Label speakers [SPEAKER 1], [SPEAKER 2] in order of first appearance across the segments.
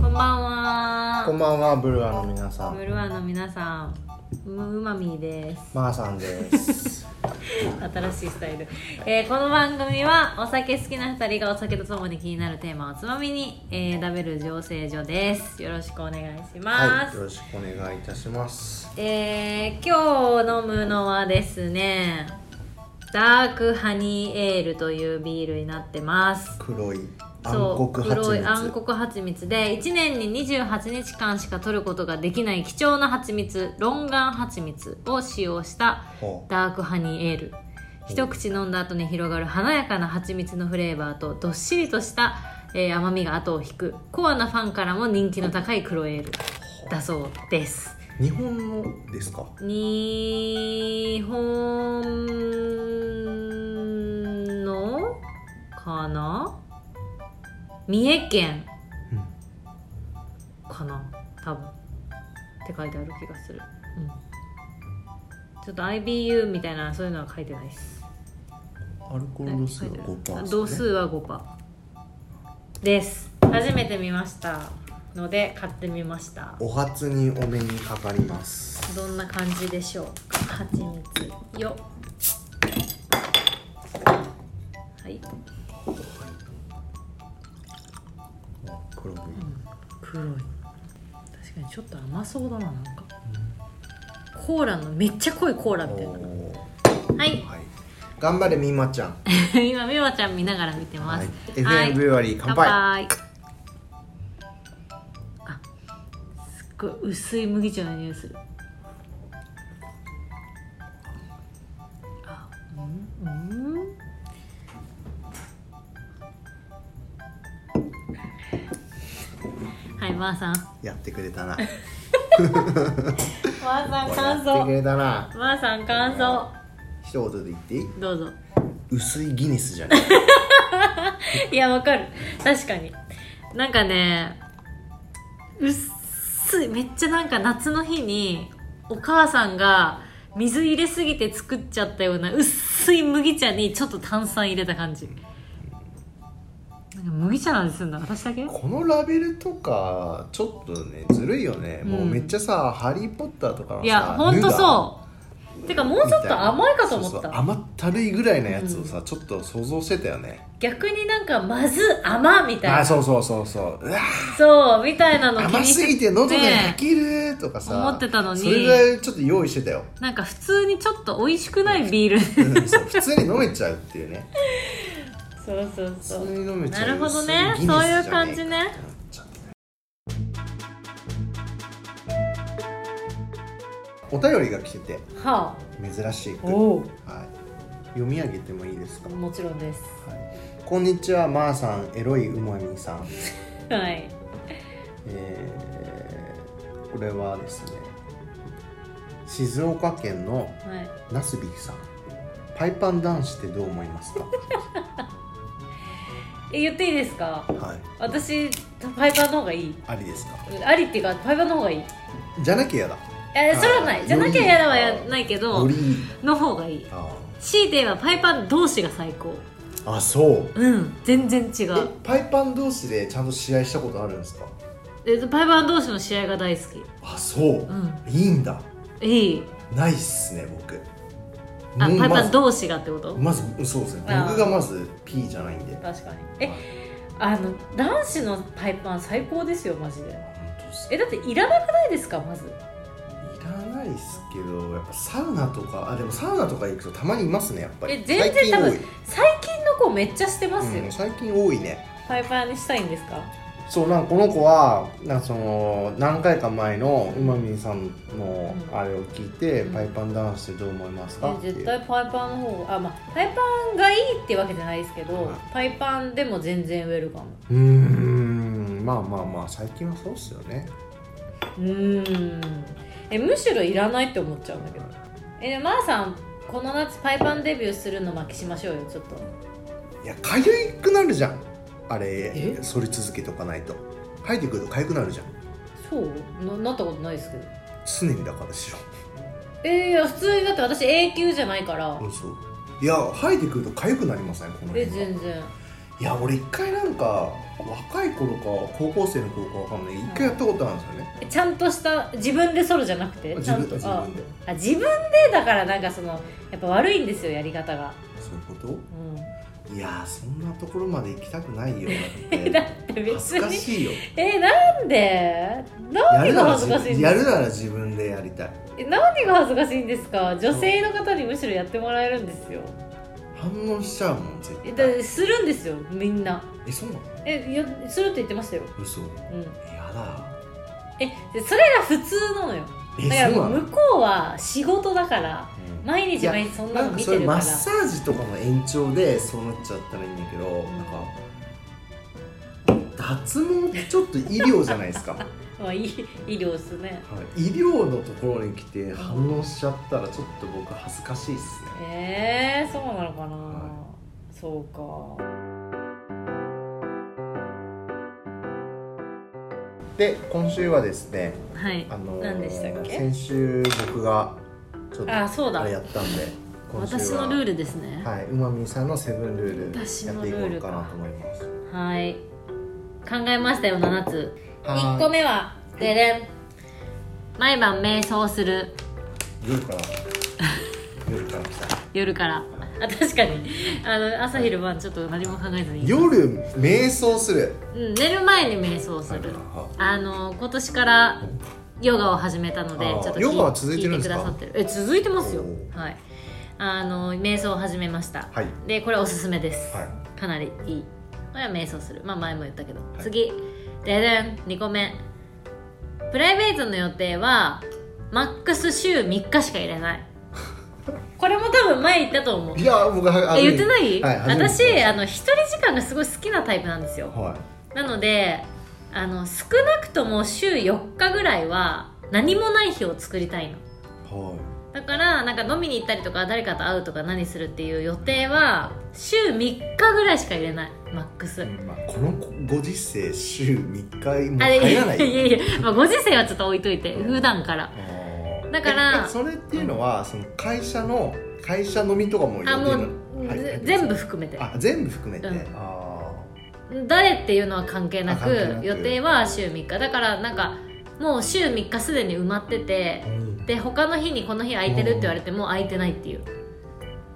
[SPEAKER 1] ばんは
[SPEAKER 2] こんばんは、ブルアの皆さ
[SPEAKER 1] ブ
[SPEAKER 2] ん。
[SPEAKER 1] ルワの皆さんううまみーです
[SPEAKER 2] まー、さんです。
[SPEAKER 1] 新しいスタイル、えーこの番組はお酒好きな2人がお酒とともに気になるテーマをつまみに、えー、食べる醸成所ですよろしくお願いし ま
[SPEAKER 2] はい、
[SPEAKER 1] す、
[SPEAKER 2] よろしくお願いいたします。
[SPEAKER 1] えー今日飲むのはですねダークハニーエールというビールになってます
[SPEAKER 2] 黒い
[SPEAKER 1] そ
[SPEAKER 2] 暗
[SPEAKER 1] う
[SPEAKER 2] 黒
[SPEAKER 1] 黒い暗
[SPEAKER 2] 蜂蜜。
[SPEAKER 1] 黒蜂蜜で1年に28日間しか取ることができない貴重な蜂蜜ロンガン蜂蜜を使用した
[SPEAKER 2] ほう
[SPEAKER 1] ダークハニーエール一口飲んだ後に広がる華やかな蜂蜜のフレーバーとどっしりとした、えー甘みが後を引くコアなファンからも人気の高い黒エールだそうです
[SPEAKER 2] 日本のですか。
[SPEAKER 1] 日本のかな三重県かな多分って書いてある気がする、うん、ちょっと IBU みたいなそういうのは書いてないです
[SPEAKER 2] アルコール度数は五パー、
[SPEAKER 1] 度数。は5%です初めて見ましたので買ってみました
[SPEAKER 2] お初にお目にかかります。
[SPEAKER 1] どんな感じでしょうか蜂蜜よはい
[SPEAKER 2] 黒い。
[SPEAKER 1] 黒い確かにちょっと甘そうだななんかコーラのめっちゃ濃いコーラみたいな
[SPEAKER 2] お
[SPEAKER 1] は
[SPEAKER 2] ー
[SPEAKER 1] い
[SPEAKER 2] はい。頑張れみーまちゃん。
[SPEAKER 1] 今美和ちゃん見ながら見てます
[SPEAKER 2] はい FM ブリュワリー乾杯
[SPEAKER 1] あすっごい薄い麦茶の匂いするあうんうんはいまー、さん
[SPEAKER 2] やってくれたな。
[SPEAKER 1] まー、さん
[SPEAKER 2] や
[SPEAKER 1] 感
[SPEAKER 2] ってく
[SPEAKER 1] 想
[SPEAKER 2] れたな。
[SPEAKER 1] まー、さん感想
[SPEAKER 2] 一言で言っていい？
[SPEAKER 1] どうぞ
[SPEAKER 2] 薄いギネスじゃない。
[SPEAKER 1] いやわかる確かになんかねうっすいめっちゃなんか夏の日にお母さんが水入れすぎて作っちゃったような薄い麦茶にちょっと炭酸入れた感じなんか麦茶なんですんだ私だけ
[SPEAKER 2] このラベルとかちょっとねずるいよね、もうめっちゃさ「ハリー・ポッター」とかのさ
[SPEAKER 1] いやほんと
[SPEAKER 2] う
[SPEAKER 1] そうてかもうちょっと甘いかと思った
[SPEAKER 2] 甘ったるいぐらいなやつをさ、ちょっと想像してたよね
[SPEAKER 1] 逆になんかまず甘みたい
[SPEAKER 2] あ
[SPEAKER 1] な
[SPEAKER 2] そうそうそうそううわ
[SPEAKER 1] そうみたいなの気
[SPEAKER 2] 甘
[SPEAKER 1] にし
[SPEAKER 2] すぎて喉で
[SPEAKER 1] ね
[SPEAKER 2] 吐けるとかさ、
[SPEAKER 1] 思ってたのに
[SPEAKER 2] それぐらいちょっと用意してたよ
[SPEAKER 1] なんか普通にちょっと美味しくないビール
[SPEAKER 2] うんそう普通に飲めちゃうっていうね
[SPEAKER 1] そう そう
[SPEAKER 2] 普通
[SPEAKER 1] そう
[SPEAKER 2] に飲めちゃう
[SPEAKER 1] なるほどね
[SPEAKER 2] 薄いギネスじゃねえか
[SPEAKER 1] そういう感じね
[SPEAKER 2] ってなっちゃったお便りが来てて
[SPEAKER 1] は
[SPEAKER 2] 珍しい
[SPEAKER 1] あお
[SPEAKER 2] はい、読み上げてもいいですか、
[SPEAKER 1] もちろんです
[SPEAKER 2] はい、こんにちはまー、さんエロいうまみさん、
[SPEAKER 1] はい
[SPEAKER 2] えー、これはですね静岡県の
[SPEAKER 1] はい
[SPEAKER 2] なすびさんパイパン男子ってどう思いますか
[SPEAKER 1] え言っていいですか
[SPEAKER 2] はい
[SPEAKER 1] 私パイパンの方がいい
[SPEAKER 2] ありですか
[SPEAKER 1] ありっていうかパイパンの方がいい
[SPEAKER 2] じゃなきゃやだ
[SPEAKER 1] え
[SPEAKER 2] あー
[SPEAKER 1] それはないじゃなきゃ嫌だはやないけ
[SPEAKER 2] よ
[SPEAKER 1] ど
[SPEAKER 2] りいい
[SPEAKER 1] の方がいい
[SPEAKER 2] あ
[SPEAKER 1] 強いて言えばパイパン同士が最高
[SPEAKER 2] ーあそう
[SPEAKER 1] うん全然違
[SPEAKER 2] え
[SPEAKER 1] う
[SPEAKER 2] パイパン同士でちゃんと試合したことあるんですか
[SPEAKER 1] えパイパン同士の試合が大好き
[SPEAKER 2] あそう
[SPEAKER 1] う、ん
[SPEAKER 2] いいんだ
[SPEAKER 1] いい
[SPEAKER 2] ないっすね僕
[SPEAKER 1] あ
[SPEAKER 2] もう
[SPEAKER 1] パイ
[SPEAKER 2] ま
[SPEAKER 1] パ
[SPEAKER 2] ず
[SPEAKER 1] ン同士がってこと
[SPEAKER 2] まずそうですね
[SPEAKER 1] あー
[SPEAKER 2] 僕がまず P じゃないんで
[SPEAKER 1] 確かにえあの男子のパイパン最高ですよマジでえだっていらなくないですかまず
[SPEAKER 2] いらないっすけどやっぱサウナとかあでもサウナとか行くとたまにいますねやっぱり
[SPEAKER 1] え全然多分最近の子めっちゃしてま
[SPEAKER 2] 最
[SPEAKER 1] すよ、
[SPEAKER 2] 近多い、うん、最近多いね
[SPEAKER 1] パイパンにしたいんですか
[SPEAKER 2] そうなんかこの子はなんかその何回か前のうまみんさんの
[SPEAKER 1] うん
[SPEAKER 2] あれを聞いて、
[SPEAKER 1] うん
[SPEAKER 2] パイパンダンスってどう思いますかって
[SPEAKER 1] え
[SPEAKER 2] いう
[SPEAKER 1] 絶対パイパンの方があまあパイパンがいいってわけじゃないですけど、
[SPEAKER 2] はい
[SPEAKER 1] パイパンでも全然ウェルカム
[SPEAKER 2] うーんまあまあまあ最近はそうっすよね
[SPEAKER 1] うーんえむしろいらないって思っちゃうんだけどえでまー、さんこの夏パイパンデビューするの巻きしましょうよちょっと
[SPEAKER 2] いやかゆいくなるじゃんあれ
[SPEAKER 1] え
[SPEAKER 2] 反り続けとかないとかいてくるとかゆくなるじゃん
[SPEAKER 1] そうななったことないですけど
[SPEAKER 2] 常にだからしろ
[SPEAKER 1] えー、いや普通にだって私永久じゃないから
[SPEAKER 2] そういや生えてくると痒くなりませんこの
[SPEAKER 1] え
[SPEAKER 2] 辺が
[SPEAKER 1] 全然
[SPEAKER 2] いや俺一回なんか若い頃か高校生の頃かわかんない一回やったことあるんですよね、
[SPEAKER 1] ちゃんとした自分でソロじゃなくてち
[SPEAKER 2] 自
[SPEAKER 1] ゃん
[SPEAKER 2] 分
[SPEAKER 1] と
[SPEAKER 2] で自
[SPEAKER 1] あ
[SPEAKER 2] 分で
[SPEAKER 1] あ自分でだからなんかそのやっぱ悪いんですよやり方が、
[SPEAKER 2] そういうこ
[SPEAKER 1] うん、
[SPEAKER 2] といやーそんなところまで行きたくないよだ って
[SPEAKER 1] だって別
[SPEAKER 2] 恥ずか
[SPEAKER 1] に
[SPEAKER 2] しいよ
[SPEAKER 1] えなんで
[SPEAKER 2] や
[SPEAKER 1] 何
[SPEAKER 2] るな
[SPEAKER 1] が
[SPEAKER 2] ら
[SPEAKER 1] 恥
[SPEAKER 2] 自
[SPEAKER 1] ずかしい
[SPEAKER 2] 分
[SPEAKER 1] んで
[SPEAKER 2] や
[SPEAKER 1] す
[SPEAKER 2] るなら自分でやりたい
[SPEAKER 1] え何が恥ずかしいんですか女性の方にむしろやってもらえるんですよ
[SPEAKER 2] 反応しちゃうもん絶
[SPEAKER 1] え
[SPEAKER 2] 対
[SPEAKER 1] だするんですよみんな
[SPEAKER 2] えそうなの
[SPEAKER 1] えやするって言ってましたよ、
[SPEAKER 2] 嘘や
[SPEAKER 1] うん、
[SPEAKER 2] だ
[SPEAKER 1] えでそれが普通なのよ
[SPEAKER 2] え
[SPEAKER 1] だから
[SPEAKER 2] そうなの
[SPEAKER 1] 向こうは仕事だから
[SPEAKER 2] うん
[SPEAKER 1] 毎日毎日そんな
[SPEAKER 2] なん
[SPEAKER 1] の
[SPEAKER 2] か
[SPEAKER 1] 見
[SPEAKER 2] そ
[SPEAKER 1] て
[SPEAKER 2] れ
[SPEAKER 1] る
[SPEAKER 2] マ
[SPEAKER 1] か
[SPEAKER 2] ッ
[SPEAKER 1] ら
[SPEAKER 2] サージとかの延長でそうなっちゃったらいいんだけど、
[SPEAKER 1] ん
[SPEAKER 2] なんか脱毛ってちょっと医療じゃないです か、は
[SPEAKER 1] まあいい医療っすね
[SPEAKER 2] い、医療のところに来て反応しちゃったらちょっと僕恥ずかしいっすね
[SPEAKER 1] えー、そうなのかな、
[SPEAKER 2] は
[SPEAKER 1] そうか
[SPEAKER 2] で今週はですね
[SPEAKER 1] はい
[SPEAKER 2] あのー
[SPEAKER 1] 何でしたっけ
[SPEAKER 2] 先週僕がちょっと
[SPEAKER 1] あそうだ
[SPEAKER 2] あれやったんで今週は
[SPEAKER 1] 私のルールですね
[SPEAKER 2] はいうまみんさんのセブンルール
[SPEAKER 1] 私
[SPEAKER 2] やっ
[SPEAKER 1] の
[SPEAKER 2] て
[SPEAKER 1] ル
[SPEAKER 2] い
[SPEAKER 1] ー
[SPEAKER 2] こう
[SPEAKER 1] ル
[SPEAKER 2] か
[SPEAKER 1] か
[SPEAKER 2] なと思います
[SPEAKER 1] はい考えましたよ7つ
[SPEAKER 2] は
[SPEAKER 1] 1
[SPEAKER 2] い
[SPEAKER 1] 個目はででん毎晩瞑想する
[SPEAKER 2] 夜から夜から来た
[SPEAKER 1] 夜からあ確かにあの朝昼晩ちょっと何も考えずに、う
[SPEAKER 2] 夜瞑想する
[SPEAKER 1] ん、寝る前に瞑想する、あの今年からヨガを始めたので
[SPEAKER 2] あー
[SPEAKER 1] ちょっと聞い
[SPEAKER 2] ヨガは続いてるんですか
[SPEAKER 1] 聞いてくださってるえ続いてますよ
[SPEAKER 2] おー
[SPEAKER 1] はいあの瞑想を始めました、
[SPEAKER 2] はい
[SPEAKER 1] でこれおすすめです、
[SPEAKER 2] は
[SPEAKER 1] かなりいいこれは瞑想するまあ前も言ったけど、
[SPEAKER 2] い
[SPEAKER 1] 次ででん2個目プライベートの予定はマックス週3日しか入れない これも多分前言ったと思う
[SPEAKER 2] いいや僕は
[SPEAKER 1] え言ってない、
[SPEAKER 2] はい初めて聞きまし
[SPEAKER 1] 私
[SPEAKER 2] た
[SPEAKER 1] あの一人時間がすごい好きなタイプなんですよ
[SPEAKER 2] は
[SPEAKER 1] なのであの少なくとも週4日ぐらいは何もない日を作りたいの
[SPEAKER 2] いは
[SPEAKER 1] だからなんか飲みに行ったりとか誰かと会うとか何するっていう予定は週3日ぐらいしか入れないマックス、
[SPEAKER 2] い、まあ、このご時世週3回も
[SPEAKER 1] あれ
[SPEAKER 2] 入
[SPEAKER 1] い
[SPEAKER 2] らな
[SPEAKER 1] や
[SPEAKER 2] い
[SPEAKER 1] いやいや、まあ、ご時世はちょっと置いといて普段から
[SPEAKER 2] あー
[SPEAKER 1] だから
[SPEAKER 2] ええそれっていうのは、その会社の会社飲みとかも予定
[SPEAKER 1] あ
[SPEAKER 2] な
[SPEAKER 1] も
[SPEAKER 2] の
[SPEAKER 1] う、
[SPEAKER 2] はい
[SPEAKER 1] ぜ全部含めて
[SPEAKER 2] あ全部含めて、
[SPEAKER 1] うん
[SPEAKER 2] あ
[SPEAKER 1] 誰っていうのは関係な
[SPEAKER 2] あ関係な
[SPEAKER 1] く
[SPEAKER 2] く
[SPEAKER 1] 予定は週3日だからなんかもう週3日すでに埋まってて
[SPEAKER 2] あ、うん、
[SPEAKER 1] で他の日にこの日空いてるって言われても空いてないっていう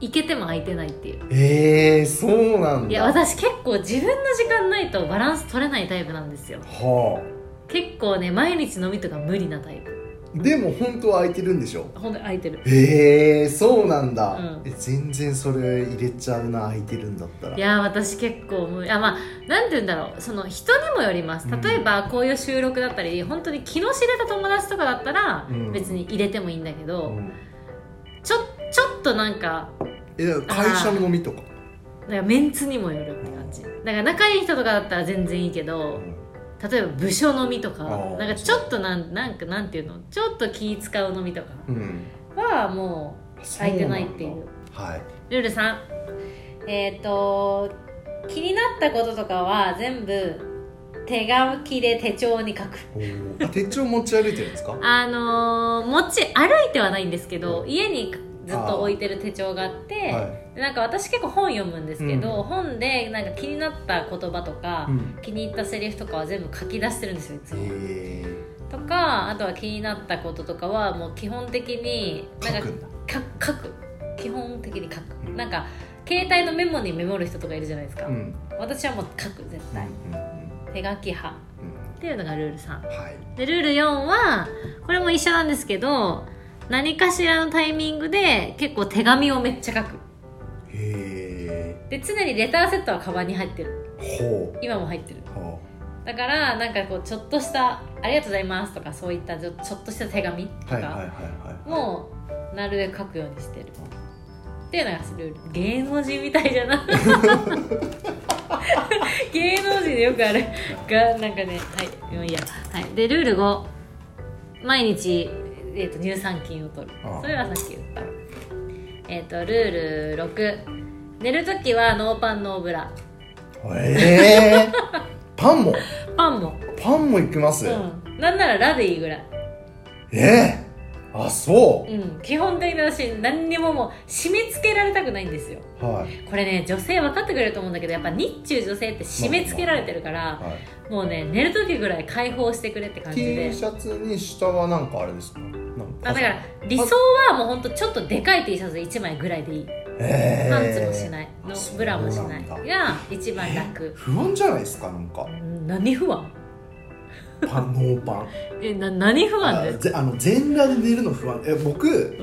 [SPEAKER 1] 行けても空いてないっていう
[SPEAKER 2] えー、そうなんだ
[SPEAKER 1] いや私結構自分の時間ないとバランス取れないタイプなんですよ
[SPEAKER 2] は
[SPEAKER 1] 結構ね毎日飲みとか無理なタイプ
[SPEAKER 2] あでも本当は空いてるんでしょ
[SPEAKER 1] ほんと空いてる
[SPEAKER 2] えー、そうなんだ、
[SPEAKER 1] うん
[SPEAKER 2] え全然それ入れちゃうな空いてるんだったら
[SPEAKER 1] いやー私結構無理あまあなんて言うんだろうその人にもよります
[SPEAKER 2] うん
[SPEAKER 1] 例えばこういう収録だったり本当に気の知れた友達とかだったら
[SPEAKER 2] うん
[SPEAKER 1] 別に入れてもいいんだけど、
[SPEAKER 2] うん
[SPEAKER 1] ちょちょっとなんか
[SPEAKER 2] えだから会社の飲みとか
[SPEAKER 1] なんかメンツにもよるって感じだから仲いい人とかだったら全然いいけど、例えば部署飲みとか
[SPEAKER 2] あー
[SPEAKER 1] なんかちょっとなんなんかなんていうのちょっと気使う飲みとか
[SPEAKER 2] うん
[SPEAKER 1] はもう空いてないってい
[SPEAKER 2] そうなんだはい
[SPEAKER 1] ルール3えっ、と気になったこととかは全部手書きで手帳に書く
[SPEAKER 2] おー手帳持ち歩いてるんです か
[SPEAKER 1] あのー持ち歩いてはないんですけど家にずっと置いてる手帳があって
[SPEAKER 2] は
[SPEAKER 1] でなんか私結構本読むんですけど、
[SPEAKER 2] う
[SPEAKER 1] 本でなんか気になった言葉とか、
[SPEAKER 2] うん
[SPEAKER 1] 気に入ったセリフとかは全部書き出してるんですよいつも。
[SPEAKER 2] え
[SPEAKER 1] とかあとは気になったこととかはもう基本的に
[SPEAKER 2] ー、
[SPEAKER 1] なん
[SPEAKER 2] 書く
[SPEAKER 1] か
[SPEAKER 2] んだ
[SPEAKER 1] か書く基本的に書く、
[SPEAKER 2] うん
[SPEAKER 1] なんか携帯のメモにメモる人とかいるじゃないですか、
[SPEAKER 2] うんうん
[SPEAKER 1] 私はもう書く絶対、手書き派
[SPEAKER 2] うんうん
[SPEAKER 1] っていうのがルール3
[SPEAKER 2] はい
[SPEAKER 1] でルール4はこれも一緒なんですけど何かしらのタイミングで結構手紙をめっちゃ書く
[SPEAKER 2] へ
[SPEAKER 1] で常にレターセットはカバンに入ってる
[SPEAKER 2] えほ
[SPEAKER 1] 今も入ってる
[SPEAKER 2] うほ
[SPEAKER 1] だからなんかこうちょっとした「ありがとうございます」とかそういったちょちょっとした手紙と
[SPEAKER 2] うはいはいは
[SPEAKER 1] か
[SPEAKER 2] いはい
[SPEAKER 1] もうなるべく書くようにしてるっていうのがルール芸能人みたいじゃ ない芸能人でよくあるがなんかねはいもういいや、はい、でルール5毎日、えー、と乳酸菌を取る
[SPEAKER 2] ああ
[SPEAKER 1] それはさっき言ったえっ、とルール6寝るときはノーパンノーブラ
[SPEAKER 2] ええパンも
[SPEAKER 1] パンも
[SPEAKER 2] パンもいきます、
[SPEAKER 1] うん、なんならラでいいぐらい
[SPEAKER 2] ええあそ
[SPEAKER 1] うん、基本的に私何にももう締め付けられたくないんですよ
[SPEAKER 2] うはい
[SPEAKER 1] これね女性分かってくれると思うんだけどやっぱ日中女性って締め付けられてるから
[SPEAKER 2] は
[SPEAKER 1] もうね寝る時ぐらい解放してくれって感
[SPEAKER 2] い、
[SPEAKER 1] じ
[SPEAKER 2] T
[SPEAKER 1] で
[SPEAKER 2] シャツに下はなんかあれですかなん
[SPEAKER 1] あだから理想はもうほんとちょっとでかい T シャツ1枚ぐらいでいい
[SPEAKER 2] えー
[SPEAKER 1] パンツもしないの
[SPEAKER 2] そう
[SPEAKER 1] ブラもしない
[SPEAKER 2] なんだ
[SPEAKER 1] が一番楽
[SPEAKER 2] 不安じゃないですかなんか
[SPEAKER 1] うん何不安
[SPEAKER 2] パンノーパン
[SPEAKER 1] えな何不安です
[SPEAKER 2] あぜあの全裸で寝るの不安え僕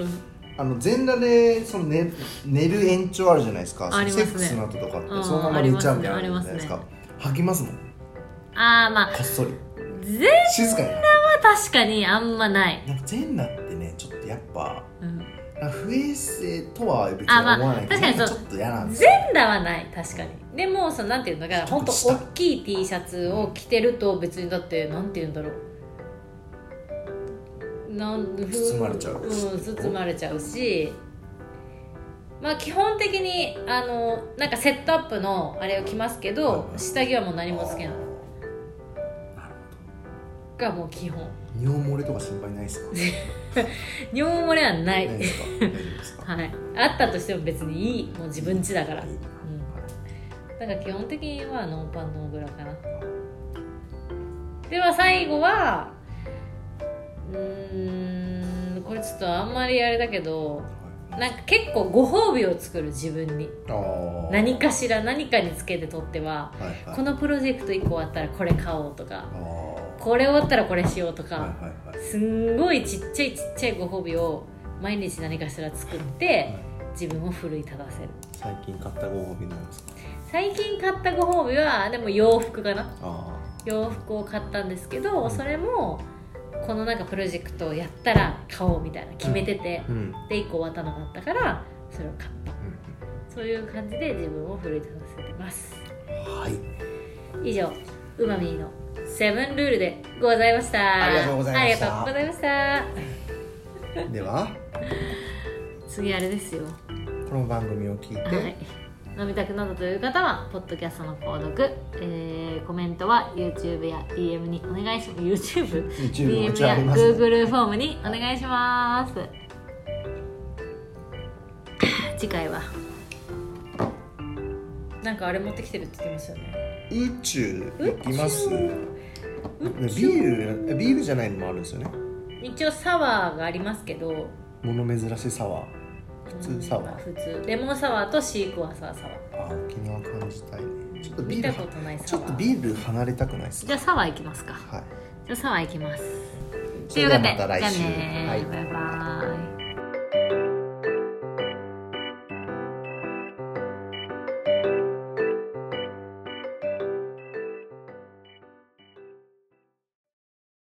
[SPEAKER 2] あの全裸でその寝寝る延長あるじゃないですか
[SPEAKER 1] ありますね
[SPEAKER 2] セックスの後とかって
[SPEAKER 1] うん
[SPEAKER 2] そのまま寝ちゃうみたいな
[SPEAKER 1] あり
[SPEAKER 2] の
[SPEAKER 1] ま
[SPEAKER 2] ある
[SPEAKER 1] すね
[SPEAKER 2] じゃないですか吐きますもんこ
[SPEAKER 1] ああーまあ
[SPEAKER 2] っそり
[SPEAKER 1] 全裸
[SPEAKER 2] 静かに吐
[SPEAKER 1] は確かにあんまない、
[SPEAKER 2] くなんか全裸ってねちょっとやっぱ
[SPEAKER 1] うん、
[SPEAKER 2] なんか不衛生とは別に
[SPEAKER 1] あまあ
[SPEAKER 2] 思わないけ
[SPEAKER 1] 確
[SPEAKER 2] ど、
[SPEAKER 1] かにそう
[SPEAKER 2] ちょっと嫌なんですよ
[SPEAKER 1] 全裸はない確かにでもそのなんていうのだから本当大きい T シャツを着てると別にだってなんていうんだろうなん
[SPEAKER 2] 包まれちゃう
[SPEAKER 1] うん、包まれちゃうしまあ基本的にあのなんかセットアップのあれを着ますけ
[SPEAKER 2] はい
[SPEAKER 1] ど
[SPEAKER 2] はい
[SPEAKER 1] 下着はもう何もつけないがもう基本
[SPEAKER 2] 尿漏れとか心配ないですか
[SPEAKER 1] 尿漏れはな
[SPEAKER 2] ないい ですか大丈夫ですか
[SPEAKER 1] はいあったとしても別にいいもう自分家だから
[SPEAKER 2] いい
[SPEAKER 1] うん、だから基本的にはノーパンノーブラかなでは最後はうーんこれちょっとあんまりあれだけどなんか結構ご褒美を作る自分に
[SPEAKER 2] はいあー
[SPEAKER 1] 何かしら何かにつけてとっては
[SPEAKER 2] はいはい
[SPEAKER 1] このプロジェクト1個終わったらこれ買おうとか
[SPEAKER 2] あー
[SPEAKER 1] これ終わったらこれしようと
[SPEAKER 2] は
[SPEAKER 1] か
[SPEAKER 2] いはいはい
[SPEAKER 1] すんごいちっちゃいちっちゃいご褒美を毎日何かしら作って自分を奮い立たせる
[SPEAKER 2] 最近買ったご褒美なんですか
[SPEAKER 1] 最近買ったご褒美はでも洋服かな
[SPEAKER 2] あ
[SPEAKER 1] 洋服を買ったんですけどそれもこのなんかプロジェクトをやったら買おうみたいな決めてて
[SPEAKER 2] あ、、うん
[SPEAKER 1] で1個終わったのがあったからそれを買ったそういう感じで自分を奮い立たせてます
[SPEAKER 2] はい
[SPEAKER 1] 以上うまみーのセブンルールでございました
[SPEAKER 2] ありがとうございまし
[SPEAKER 1] あ
[SPEAKER 2] た
[SPEAKER 1] りがとうございました
[SPEAKER 2] では
[SPEAKER 1] 次あれですよ
[SPEAKER 2] この番組を聞いて、
[SPEAKER 1] はい、飲みたくなったという方はポッドキャストの購読、えーコメントは YouTube や DM にお願いします YouTube?
[SPEAKER 2] YouTube
[SPEAKER 1] DM
[SPEAKER 2] もちろんあ
[SPEAKER 1] や
[SPEAKER 2] ります
[SPEAKER 1] Google フォームにお願いします次回はなんかあれ持ってきてるって言ってましたよね
[SPEAKER 2] 宇宙行きます
[SPEAKER 1] 宇
[SPEAKER 2] ビールビールじゃないのもあるんですよね
[SPEAKER 1] 一応サワーがありますけど
[SPEAKER 2] 物珍しいサワー普通サワ
[SPEAKER 1] うん
[SPEAKER 2] ー
[SPEAKER 1] まあ普通レモンサワーとシークワーサーサワー
[SPEAKER 2] あー沖縄感じたいねちょっとビ
[SPEAKER 1] 見
[SPEAKER 2] ー
[SPEAKER 1] た
[SPEAKER 2] ル
[SPEAKER 1] ことない
[SPEAKER 2] ち
[SPEAKER 1] サ
[SPEAKER 2] ょっ
[SPEAKER 1] ワ
[SPEAKER 2] と
[SPEAKER 1] ー
[SPEAKER 2] ビール離れたくないです
[SPEAKER 1] じゃあサワーいきますか
[SPEAKER 2] はい
[SPEAKER 1] じゃあサワーいきます
[SPEAKER 2] そ
[SPEAKER 1] とい
[SPEAKER 2] れ
[SPEAKER 1] う
[SPEAKER 2] で
[SPEAKER 1] こ
[SPEAKER 2] は
[SPEAKER 1] とで
[SPEAKER 2] また来週
[SPEAKER 1] じゃあねー
[SPEAKER 2] はい
[SPEAKER 1] バイバイ